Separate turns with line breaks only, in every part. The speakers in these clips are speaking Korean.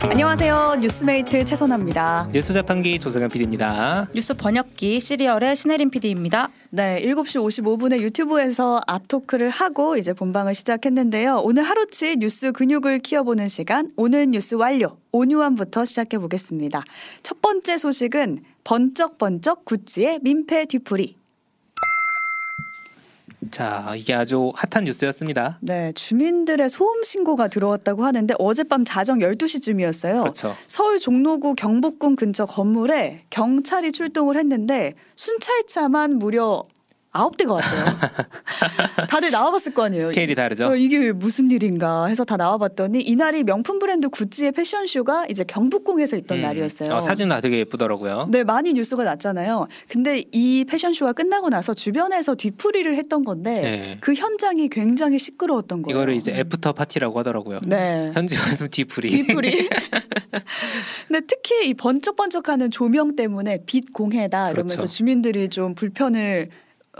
안녕하세요. 뉴스메이트 최선아입니다.
뉴스 자판기 조성현 PD입니다.
뉴스 번역기 시리얼의 신혜림 PD입니다.
네, 7시 55분에 유튜브에서 앞토크를 하고 이제 본방을 시작했는데요. 오늘 하루치 뉴스 근육을 키워보는 시간, 오늘 뉴스 완료, 온유함부터 시작해 보겠습니다. 첫 번째 소식은 번쩍번쩍 구찌의 민폐 뒤풀이.
자, 이게 아주 핫한 뉴스였습니다.
네, 주민들의 소음 신고가 들어왔다고 하는데 어젯밤 자정 12시쯤이었어요.
그렇죠.
서울 종로구 경복궁 근처 건물에 경찰이 출동을 했는데 순찰차만 무려 아홉 대가 왔어요. 다들 나와봤을 거 아니에요.
스케일이 다르죠.
어, 이게 왜 무슨 일인가 해서 다 나와봤더니 이날이 명품 브랜드 구찌의 패션쇼가 이제 경복궁에서 있던
음,
날이었어요.
어, 사진도 되게 예쁘더라고요.
네, 많이 뉴스가 났잖아요. 근데 이 패션쇼가 끝나고 나서 주변에서 뒤풀이를 했던 건데
네.
그 현장이 굉장히 시끄러웠던 거예요.
이거를 이제 애프터 파티라고 하더라고요.
음. 네.
현지 말씀 뒤풀이.
뒤풀이. 근데 특히 이 번쩍번쩍하는 조명 때문에 빛 공해다 이러면서
그렇죠.
주민들이 좀 불편을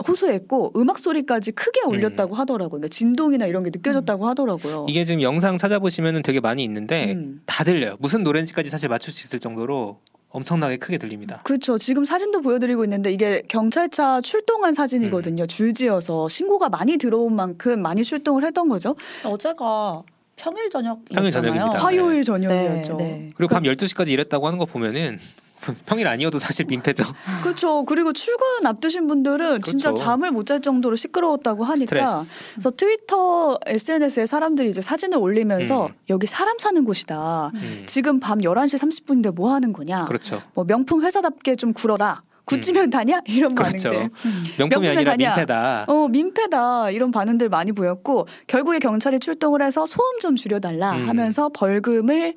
호소했고 음악 소리까지 크게 올렸다고 하더라고요. 그러니까 진동이나 이런 게 느껴졌다고 하더라고요.
음. 이게 지금 영상 찾아보시면 되게 많이 있는데
음.
다 들려요. 무슨 노래인지까지 사실 맞출 수 있을 정도로 엄청나게 크게 들립니다.
그렇죠. 지금 사진도 보여드리고 있는데 이게 경찰차 출동한
음.
사진이거든요. 줄지어서 신고가 많이 들어온 만큼 많이 출동을 했던 거죠.
어제가 평일 저녁이었잖아요.
평일 저녁입니다. 아, 네.
화요일
네,
저녁이었죠.
네.
그리고 밤 12시까지 일했다고 하는 거 보면은 평일 아니어도 사실 민폐죠.
그렇죠. 그리고 출근 앞두신 분들은 진짜
네. 그렇죠.
잠을 못 잘 정도로 시끄러웠다고 하니까
스트레스.
그래서 트위터 SNS에 사람들이 이제 사진을 올리면서
음.
여기 사람 사는 곳이다.
음,
지금 밤 11시 30분인데 뭐 하는 거냐?
그렇죠. 음.
뭐 명품 회사답게 좀 굴어라. 굳지면 다냐? 이런
그렇죠.
반응들.
음,
명품이
명품은
아니라
아니야.
민폐다.
어, 민폐다. 이런 반응들 많이 보였고 결국에 경찰이 출동을 해서 소음 좀 줄여 달라
음.
하면서 벌금을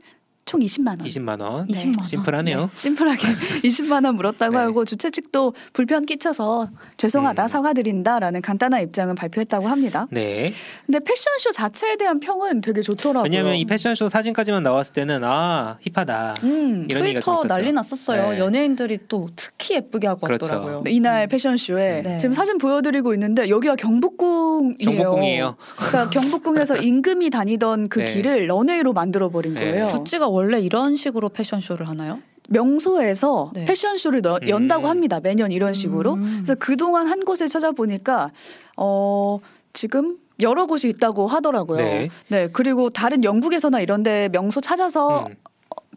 총 20만 원.
20만 원.
20만 원.
심플하네요.
네, 심플하게 20만 원 물었다고
네.
하고 주최 측도 불편 끼쳐서 죄송하다
음.
사과드린다라는 간단한 입장은 발표했다고 합니다.
네.
근데 패션쇼 자체에 대한 평은 되게 좋더라고요.
왜냐하면 이 패션쇼 사진까지만 나왔을 때는 아 힙하다.
음.
이런 얘기가 좀
트위터
있었죠.
난리 났었어요.
네.
연예인들이 또 특히 예쁘게 하고
그렇죠.
왔더라고요.
네, 이날 패션쇼에
네.
지금 사진 보여드리고 있는데 여기가 경복궁이에요.
경복궁이에요.
그러니까 경복궁에서 임금이 다니던 그
네.
길을 런웨이로 만들어 버린
네.
거예요.
구찌가 원래 이런 식으로 패션쇼를 하나요?
명소에서
네.
패션쇼를 너-
음.
연다고 합니다. 매년 이런 식으로.
음.
그래서 그동안 한 곳을 찾아보니까 어 지금 여러 곳이 있다고 하더라고요.
네.
그리고 다른 영국에서나 이런 데 명소 찾아서
음.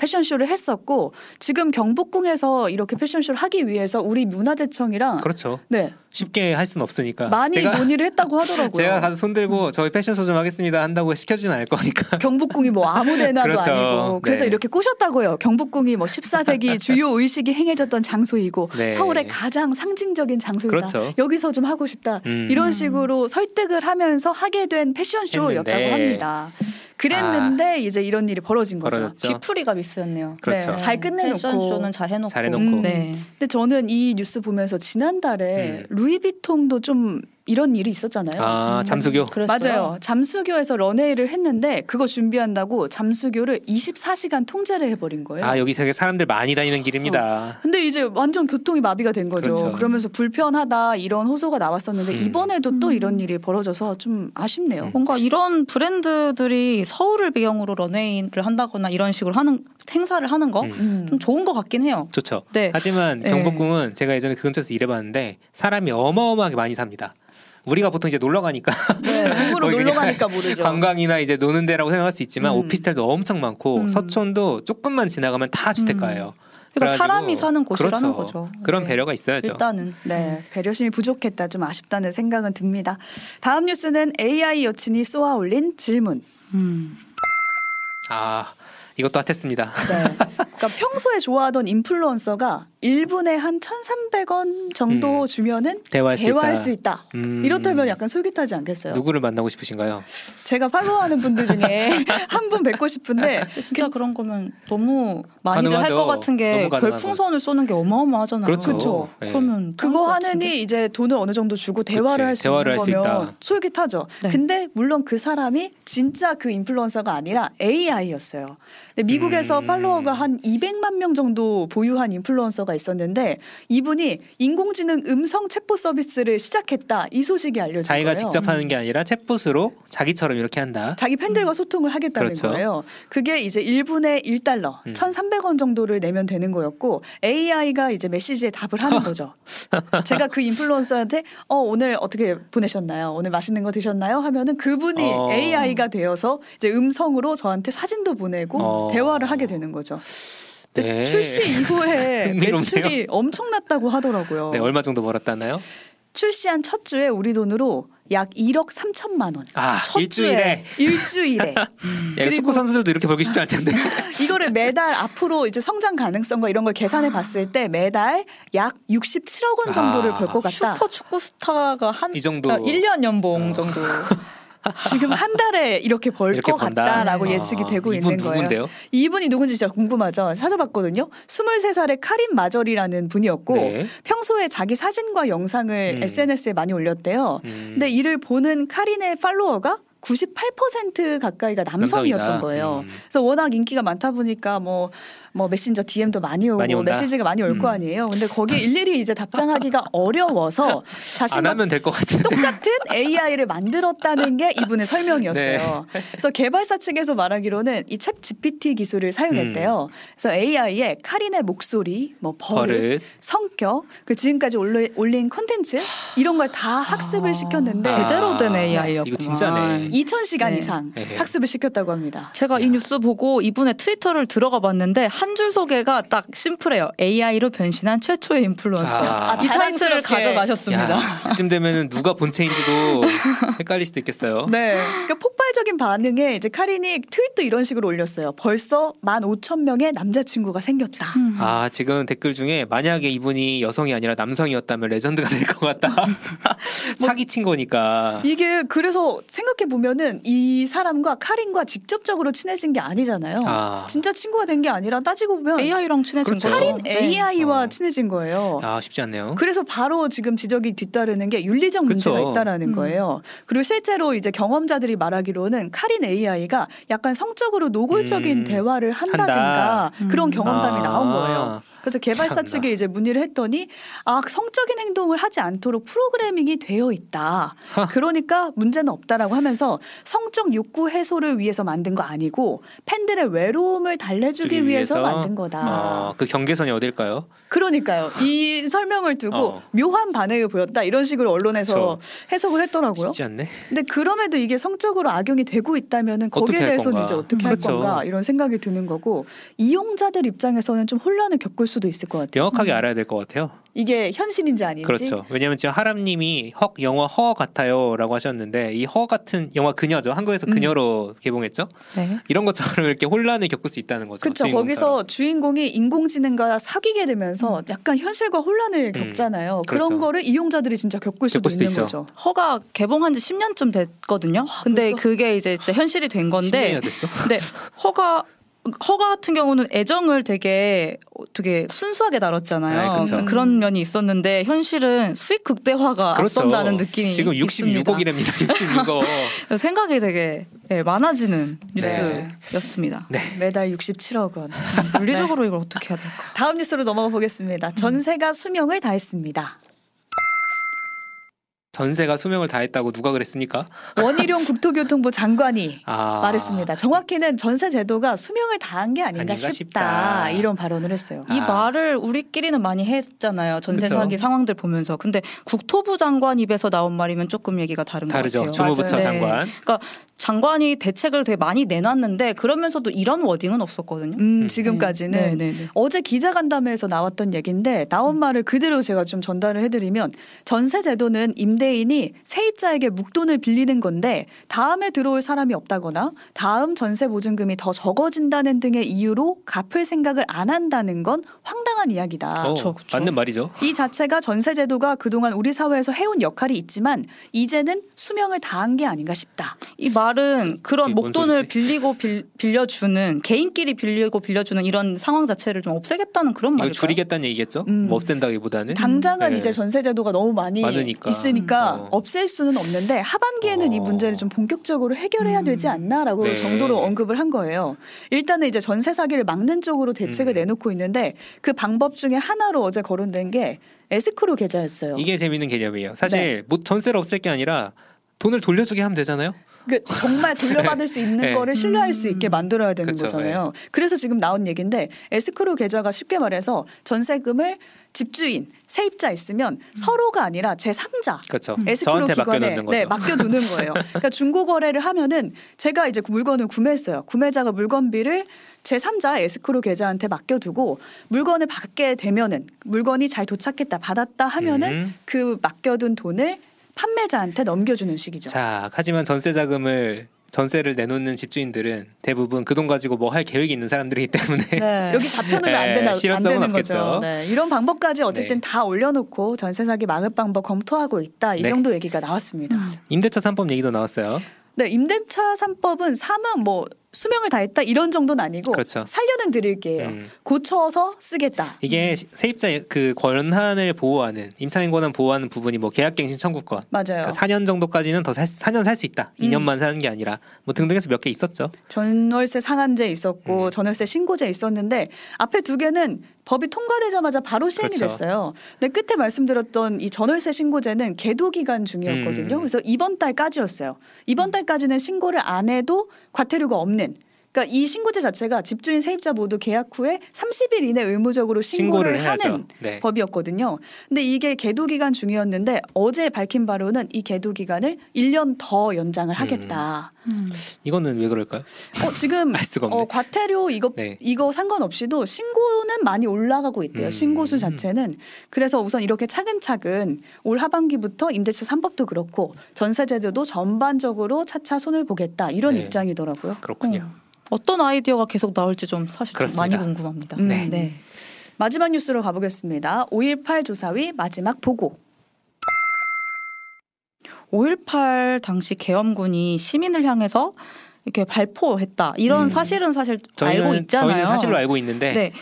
패션쇼를 했었고 지금 경복궁에서 이렇게 패션쇼를 하기 위해서 우리 문화재청이랑
그렇죠.
네.
쉽게 할 수는 없으니까.
많이
아, 제가
논의를 했다고 하더라고요.
제가 가서 손 들고 저희 패션쇼 좀 하겠습니다 한다고 시켜주진 않을 거니까.
경복궁이 뭐 아무데나도
그렇죠.
아니고 그래서
네.
이렇게 꼬셨다고 해요. 경복궁이 뭐 14세기 주요 의식이 행해졌던 장소이고
네.
서울의 가장 상징적인 장소이다.
그렇죠.
여기서 좀 하고 싶다.
음.
이런
음.
식으로 설득을 하면서 하게 된 패션쇼였다고
했는데. 아.
합니다. 그랬는데 이제 이런 일이 벌어진 거죠.
벌어졌죠.
뒤풀이가 미스였네요.
그렇죠.
네, 잘 끝내놓고.
패션쇼는 잘 해놓고.
잘 해놓고.
음.
네.
근데 저는 이 뉴스 보면서 지난달에
음.
루이비통도 좀 이런 일이 있었잖아요.
아
음.
잠수교.
그랬어요?
맞아요. 잠수교에서 런웨이를 했는데 그거 준비한다고 잠수교를 24시간 통제를 해버린 거예요.
아 여기 되게 사람들 많이 다니는 길입니다.
근데 이제 완전 교통이 마비가 된 거죠.
그렇죠.
그러면서 불편하다 이런 호소가 나왔었는데
음.
이번에도 또
음.
이런 일이 벌어져서 좀 아쉽네요.
음.
뭔가 이런 브랜드들이 서울을 배경으로 런웨이를 한다거나 이런 식으로 하는 행사를 하는 거 좀
음.
음.
좋은 것 같긴 해요.
좋죠.
네.
하지만
네.
경복궁은 제가 예전에 그 근처에서 일해봤는데 사람이 어마어마하게 많이 삽니다. 우리가 보통 이제 놀러 가니까
네, 누구로
거의
놀러
그냥
가니까 모르죠.
관광이나 이제 노는 데라고 생각할 수 있지만
음.
오피스텔도 엄청 많고
음.
서촌도 조금만 지나가면 다 주택가예요.
그러니까
그래가지고
사람이 사는 곳이라는
그렇죠.
거죠.
그런
네.
배려가 있어야죠.
일단은
네, 배려심이 부족했다. 좀 아쉽다는 생각은 듭니다. 다음 뉴스는 AI 여친이 쏘아 올린 질문.
음.
아 이것도 핫했습니다.
네. 그러니까 평소에 좋아하던 인플루언서가 1분에 한 1,300원 정도
음.
주면은
대화할 수
대화할
있다.
수 있다.
음.
이렇다면 약간 솔깃하지 않겠어요?
누구를 만나고 싶으신가요?
제가 팔로우하는 분들 중에 한 분 뵙고
아,
싶은데
진짜 그, 런 거면 너무 많이들 할
가능하죠.
것 같은 게
너무 가능하죠.
별풍선을 쏘는 게 어마어마하잖아요.
그렇죠.
그쵸.
네.
그러면
그거
짱일 것 같은데.
하느니 이제 돈을 어느 정도 주고 대화를 할 수
대화를
있는
할수
거면
있다.
솔깃하죠.
네.
근데 물론 그 사람이 진짜 그 인플루언서가 아니라 AI였어요. 근데 미국에서
음.
팔로워가 한 200만 명 정도 보유한 인플루언서가 있었는데 이분이 인공지능 음성 챗봇 서비스를 시작했다 이 소식이 알려진
자기가
거예요. 음.
직접 하는 게 아니라 챗봇으로 자기처럼 이렇게 한다.
자기 팬들과 소통을 하겠다는
음. 그렇죠.
거예요. 그게 이제 1분에 1달러,
음.
1,300원 정도를 내면 되는 거였고 AI가 이제 메시지에 답을 하는 거죠. 제가 그 인플루언서한테 어 오늘 어떻게 보내셨나요? 오늘 맛있는 거 드셨나요? 하면은 그분이
어.
AI가 되어서 이제 음성으로 저한테 사진도 보내고
어.
대화를 하게 되는 거죠. 근데
네.
출시 이후에
흥미롭네요.
매출이 엄청났다고 하더라고요.
네, 얼마 정도 벌었다나요?
출시한 첫 주에 우리 돈으로 약 1억 3천만 원.
아,
첫
일주일에.
일주일에
야, 이거
그리고-
축구 선수들도 이렇게 벌기 쉽지 않을 텐데.
이거를 매달 앞으로 이제 성장 가능성과 이런 걸
아.
계산해 봤을 때 매달 약 67억 원 정도를
아,
벌 것 같다.
슈퍼 축구 스타가 한 아,
이 정도.
1년 연봉
어.
정도.
지금 한 달에 이렇게 벌
이렇게
것
번다.
같다라고
아,
예측이 되고
이분
있는 거예요.
누군데요?
이분이 누군지 진짜 궁금하죠. 찾아봤거든요. 23살의 카린 마저리라는 분이었고
네.
평소에 자기 사진과 영상을
음.
SNS에 많이 올렸대요.
음.
근데 이를 보는 카린의 팔로워가 98% 가까이가 남성이었던
남성이다.
거예요.
음.
그래서 워낙 인기가 많다 보니까 뭐, 뭐 메신저 DM도 많이 오고
많이 온다.
메시지가 많이 올 거
음.
아니에요. 근데 거기에 일일이 이제 답장하기가 어려워서
안
자신과
하면 될 것 같은데.
똑같은 AI를 만들었다는 게 이분의 설명이었어요.
네.
그래서 개발사 측에서 말하기로는 이 챗 GPT 기술을 사용했대요. 그래서 AI에 카린의 목소리, 뭐 버릇,
음. 버릇.
성격, 그 지금까지 올리, 올린 컨텐츠 이런 걸 다 학습을
아,
시켰는데
아. 제대로 된 AI였구만.
이거 네. 진짜네.
2,000시간
네.
이상
네.
학습을 시켰다고 합니다.
제가 이
야.
뉴스 보고 이분의 트위터를 들어가 봤는데 한 줄 소개가 딱 심플해요. AI로 변신한 최초의 인플루언서.
아.
이 타이틀을
자랑스럽게.
가져가셨습니다.
야, 이쯤 되면은 누가 본체인지도 헷갈릴 수도 있겠어요.
네. 그러니까 폭발적인 반응에 이제 카린이 트윗도 이런 식으로 올렸어요. 벌써 15,000명의 남자친구가 생겼다.
음.
아 지금 댓글 중에 만약에 이분이 여성이 아니라 남성이었다면 레전드가 될 것 같다. 사기 친 거니까.
뭐 이게 그래서 생각해 보면은 이 사람과 카린과 직접적으로 친해진 게 아니잖아요.
아.
진짜 친구가 된 게 아니라 따지고 보면
AI랑 친해진
그렇죠.
거죠. 네.
카린 AI와
어.
친해진 거예요.
아 쉽지 않네요.
그래서 바로 지금 지적이 뒤따르는 게 윤리적
그쵸.
문제가 있다라는
음.
거예요. 그리고 실제로 이제 경험자들이 말하기로는 카린 AI가 약간 성적으로 노골적인
음.
대화를 한다든가
한다.
그런
음.
경험담이
아.
나온 거예요. 그래서 개발사
참나.
측에 이제 문의를 했더니 아 성적인 행동을 하지 않도록 프로그래밍이 되어 있다.
하.
그러니까 문제는 없다라고 하면서 성적 욕구 해소를 위해서 만든 거 아니고 팬들의 외로움을 달래주기
주기
위해서,
위해서?
만든 거다.
어, 그 경계선이 어딜까요?
그러니까요. 이 설명을 두고
어.
묘한 반응을 보였다 이런 식으로 언론에서
그쵸.
해석을 했더라고요.
쉽지 않네.
근데 그럼에도 이게 성적으로 악용이 되고 있다면은 거기에
어떻게 할
대해서는
건가?
이제 어떻게 할
그렇죠.
건가 이런 생각이 드는 거고 이용자들 입장에서는 좀 혼란을 겪을 수도 있을 것 같아요.
명확하게 알아야 될 것 같아요.
이게 현실인지 아닌지.
그렇죠. 왜냐하면 지금 하람님이 헉 영화 허 같아요라고 하셨는데 이 허 같은 영화 그녀죠. 한국에서
음.
그녀로 개봉했죠.
네.
이런 것처럼 이렇게 혼란을 겪을 수 있다는 거죠.
그렇죠.
주인공처럼.
거기서 주인공이 인공지능과 사귀게 되면서 약간 현실과 혼란을 겪잖아요. 그런
음. 그렇죠.
거를 이용자들이 진짜 겪을 수도,
겪을 수도
있는
있죠.
거죠.
허가 개봉한 지 10년쯤 됐거든요.
아,
근데
벌써?
그게 이제 진짜 현실이 된 건데
신기해야 됐어.
근데 허가 허가 같은 경우는 애정을 되게 어, 되게 순수하게
네,
다뤘잖아요.
그쵸.
그런 면이 있었는데 현실은 수익 극대화가
그렇죠.
아, 앞선다는 느낌이
지금
있습니다.
66억이랍니다. 66억.
생각이 되게 예, 많아지는
네.
뉴스였습니다.
매달 67억 원.
아, 네.
물리적으로 이걸 어떻게 해야 될까?
다음 뉴스로 넘어가 보겠습니다. 전세가 수명을 다했습니다.
전세가 수명을 다했다고 누가 그랬습니까?
원희룡 국토교통부 장관이
아,
말했습니다. 정확히는 전세 제도가 수명을 다한 게 아닌가,
아닌가
싶다.
싶다.
이런 발언을 했어요.
아.
이 말을 우리끼리는 많이 했잖아요. 전세
그쵸.
사기 상황들 보면서. 근데 국토부 장관 입에서 나온 말이면 조금 얘기가 다른 것
다르죠.
같아요.
주무부처
맞아요. 네.
장관.
장관이 대책을 되게 많이 내놨는데 그러면서도 이런 워딩은 없었거든요.
음,
음.
지금까지는
네, 음. 네, 네.
어제 기자간담회에서 나왔던 얘기인데 나온 말을 그대로 제가 좀 전달을 해드리면 전세 제도는 임대인이 세입자에게 묵돈을 빌리는 건데 다음에 들어올 사람이 없다거나 다음 전세 보증금이 더 적어진다는 등의 이유로 갚을 생각을 안 한다는 건 황당한 이야기다.
어,
그쵸, 그쵸.
맞는 말이죠.
이 자체가 전세 제도가 그동안 우리 사회에서 해온 역할이 있지만 이제는 수명을 다한 게 아닌가 싶다.
음,
이 말은 그런
이게 뭔
목돈을
소리지?
빌리고 빌, 려주는 개인끼리 빌리고 빌려주는 이런 상황 자체를 좀 없애겠다는 그런
이걸
말일까요?
줄이겠다는 얘기겠죠.
음.
뭐 없앤다기보다는.
당장은
네.
이제 전세 제도가 너무 많이
많으니까.
있으니까 그러니까
어.
없앨 수는 없는데 하반기에는
어.
이 문제를 좀 본격적으로 해결해야
음.
되지 않나라고
네.
정도로 언급을 한 거예요. 일단은 이제 전세 사기를 막는 쪽으로 대책을
음.
내놓고 있는데 그 방법 중에 하나로 어제 거론된 게 에스크로 계좌였어요.
이게 재밌는 개념이에요.
네.
사실 뭐 전세를 없앨 게 아니라 돈을 돌려주게 하면 되잖아요.
그 정말 돌려받을 수 있는
네.
거를 신뢰할 수 있게
음.
만들어야 되는
그쵸, 네.
거잖아요. 그래서 지금 나온 얘기인데 에스크로 계좌가 쉽게 말해서 전세금을 집주인, 세입자 있으면 서로가 아니라 제 3자
그렇죠.
음.
에스크로
저한테
기관에
맡겨놓는 거죠.
네, 맡겨두는 거예요. 그러니까 중고 거래를 하면은 제가 이제 물건을 구매했어요. 구매자가 물건비를 제 3자 에스크로 계좌한테 맡겨두고 물건을 받게 되면은 물건이 잘 도착했다 받았다 하면은
음.
그 맡겨둔 돈을 판매자한테 넘겨주는 식이죠.
자, 하지만 전세 자금을 전세를 내놓는 집주인들은 대부분 그 돈 가지고 뭐 할 계획이 있는 사람들이기 때문에
네.
여기 잡혀놓으면 안,
예,
되나, 안
실효성은
되는 거죠.
없겠죠.
네, 이런 방법까지 어쨌든
네.
다 올려놓고 전세 사기 막을 방법 검토하고 있다. 이
네.
정도 얘기가 나왔습니다.
음.
임대차 3법 얘기도 나왔어요.
네, 임대차 3법은 사망 뭐 수명을 다했다 이런 정도는 아니고
그렇죠.
살려는
네.
드릴게요.
음.
고쳐서 쓰겠다.
이게 시- 세입자의 그 권한을 보호하는 임차인 권한 보호하는 부분이 뭐 계약갱신 청구권
맞아요.
그러니까 4년 정도까지는 더 살, 4년 살 수 있다.
음.
2년만 사는 게 아니라 뭐 등등해서 몇 개 있었죠.
전월세 상한제 있었고
음.
전월세 신고제 있었는데 앞에 두 개는 법이 통과되자마자 바로 시행이
그렇죠.
됐어요. 근데 끝에 말씀드렸던 이 전월세 신고제는 계도 기간 중이었거든요.
음.
그래서 이번 달까지였어요. 이번 달까지는 신고를 안 해도 과태료가 없는. 그러니까 이 신고제 자체가 집주인 세입자 모두 계약 후에 30일 이내 의무적으로 신고를,
신고를 해야죠.
하는
네.
법이었거든요. 근데 이게 계도 기간 중이었는데 어제 밝힌 바로는 이 계도 기간을 1년 더 연장을 하겠다.
음.
이거는 왜 그럴까요?
어 지금
알 수가 없네.
어, 과태료 이거
네.
이거 상관없이도 신고는 많이 올라가고 있대요.
음.
신고수 자체는 그래서 우선 이렇게 차근차근 올 하반기부터 임대차 3법도 그렇고 전세 제도도 전반적으로 차차 손을 보겠다 이런
네.
입장이더라고요.
그렇군요.
어. 떤 아이디어가 계속 나올지 좀 사실 좀 많이
그렇습니다.
궁금합니다.
음.
네.
마지막 뉴스로 가보겠습니다. 5.18 조사위 마지막 보고.
5.18 당시 계엄군이 시민을 향해서 이렇게 발포했다. 이런
음.
사실은 사실
저희는
알고 있잖아요.
저희는 사실로 알고 있는데
네.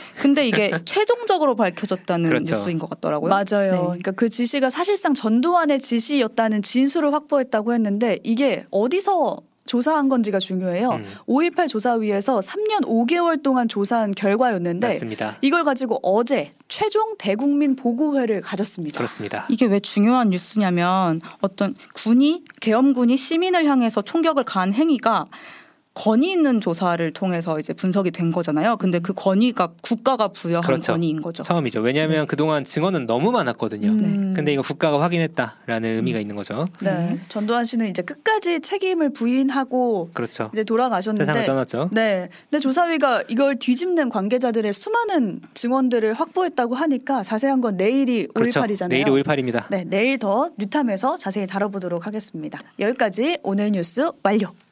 근데 이게 최종적으로 밝혀졌다는
그렇죠.
뉴스인 것 같더라고요.
맞아요.
네.
그러니까 그 지시가 사실상 전두환의 지시였다는 진술을 확보했다고 했는데 이게 어디서 조사한 건지가 중요해요.
음,
5.18 조사위에서 3년 5개월 동안 조사한 결과였는데
맞습니다.
이걸 가지고 어제 최종 대국민 보고회를 가졌습니다.
그렇습니다.
이게 왜 중요한 뉴스냐면 어떤 군이 계엄군이 시민을 향해서 총격을 가한 행위가 권위 있는 조사를 통해서 이제 분석이 된 거잖아요. 근데 그 권위가 국가가 부여한
그렇죠.
권위인 거죠.
처음이죠. 왜냐하면 그동안 증언은 너무 많았거든요.
네.
네.
음.
근데 이거 국가가 확인했다라는 의미가 있는 거죠.
네, 전두환 씨는 이제 끝까지 책임을 부인하고
그렇죠.
이제 돌아가셨는데
세상을 떠났죠.
네, 근데 조사위가 이걸 뒤집는 관계자들의 수많은 증언들을 확보했다고 하니까 자세한 건 내일이 5.18이잖아요.
그렇죠. 내일이 5.18입니다.
네, 내일 더 뉴탐에서 자세히 다뤄보도록 하겠습니다. 여기까지 오늘 뉴스 완료.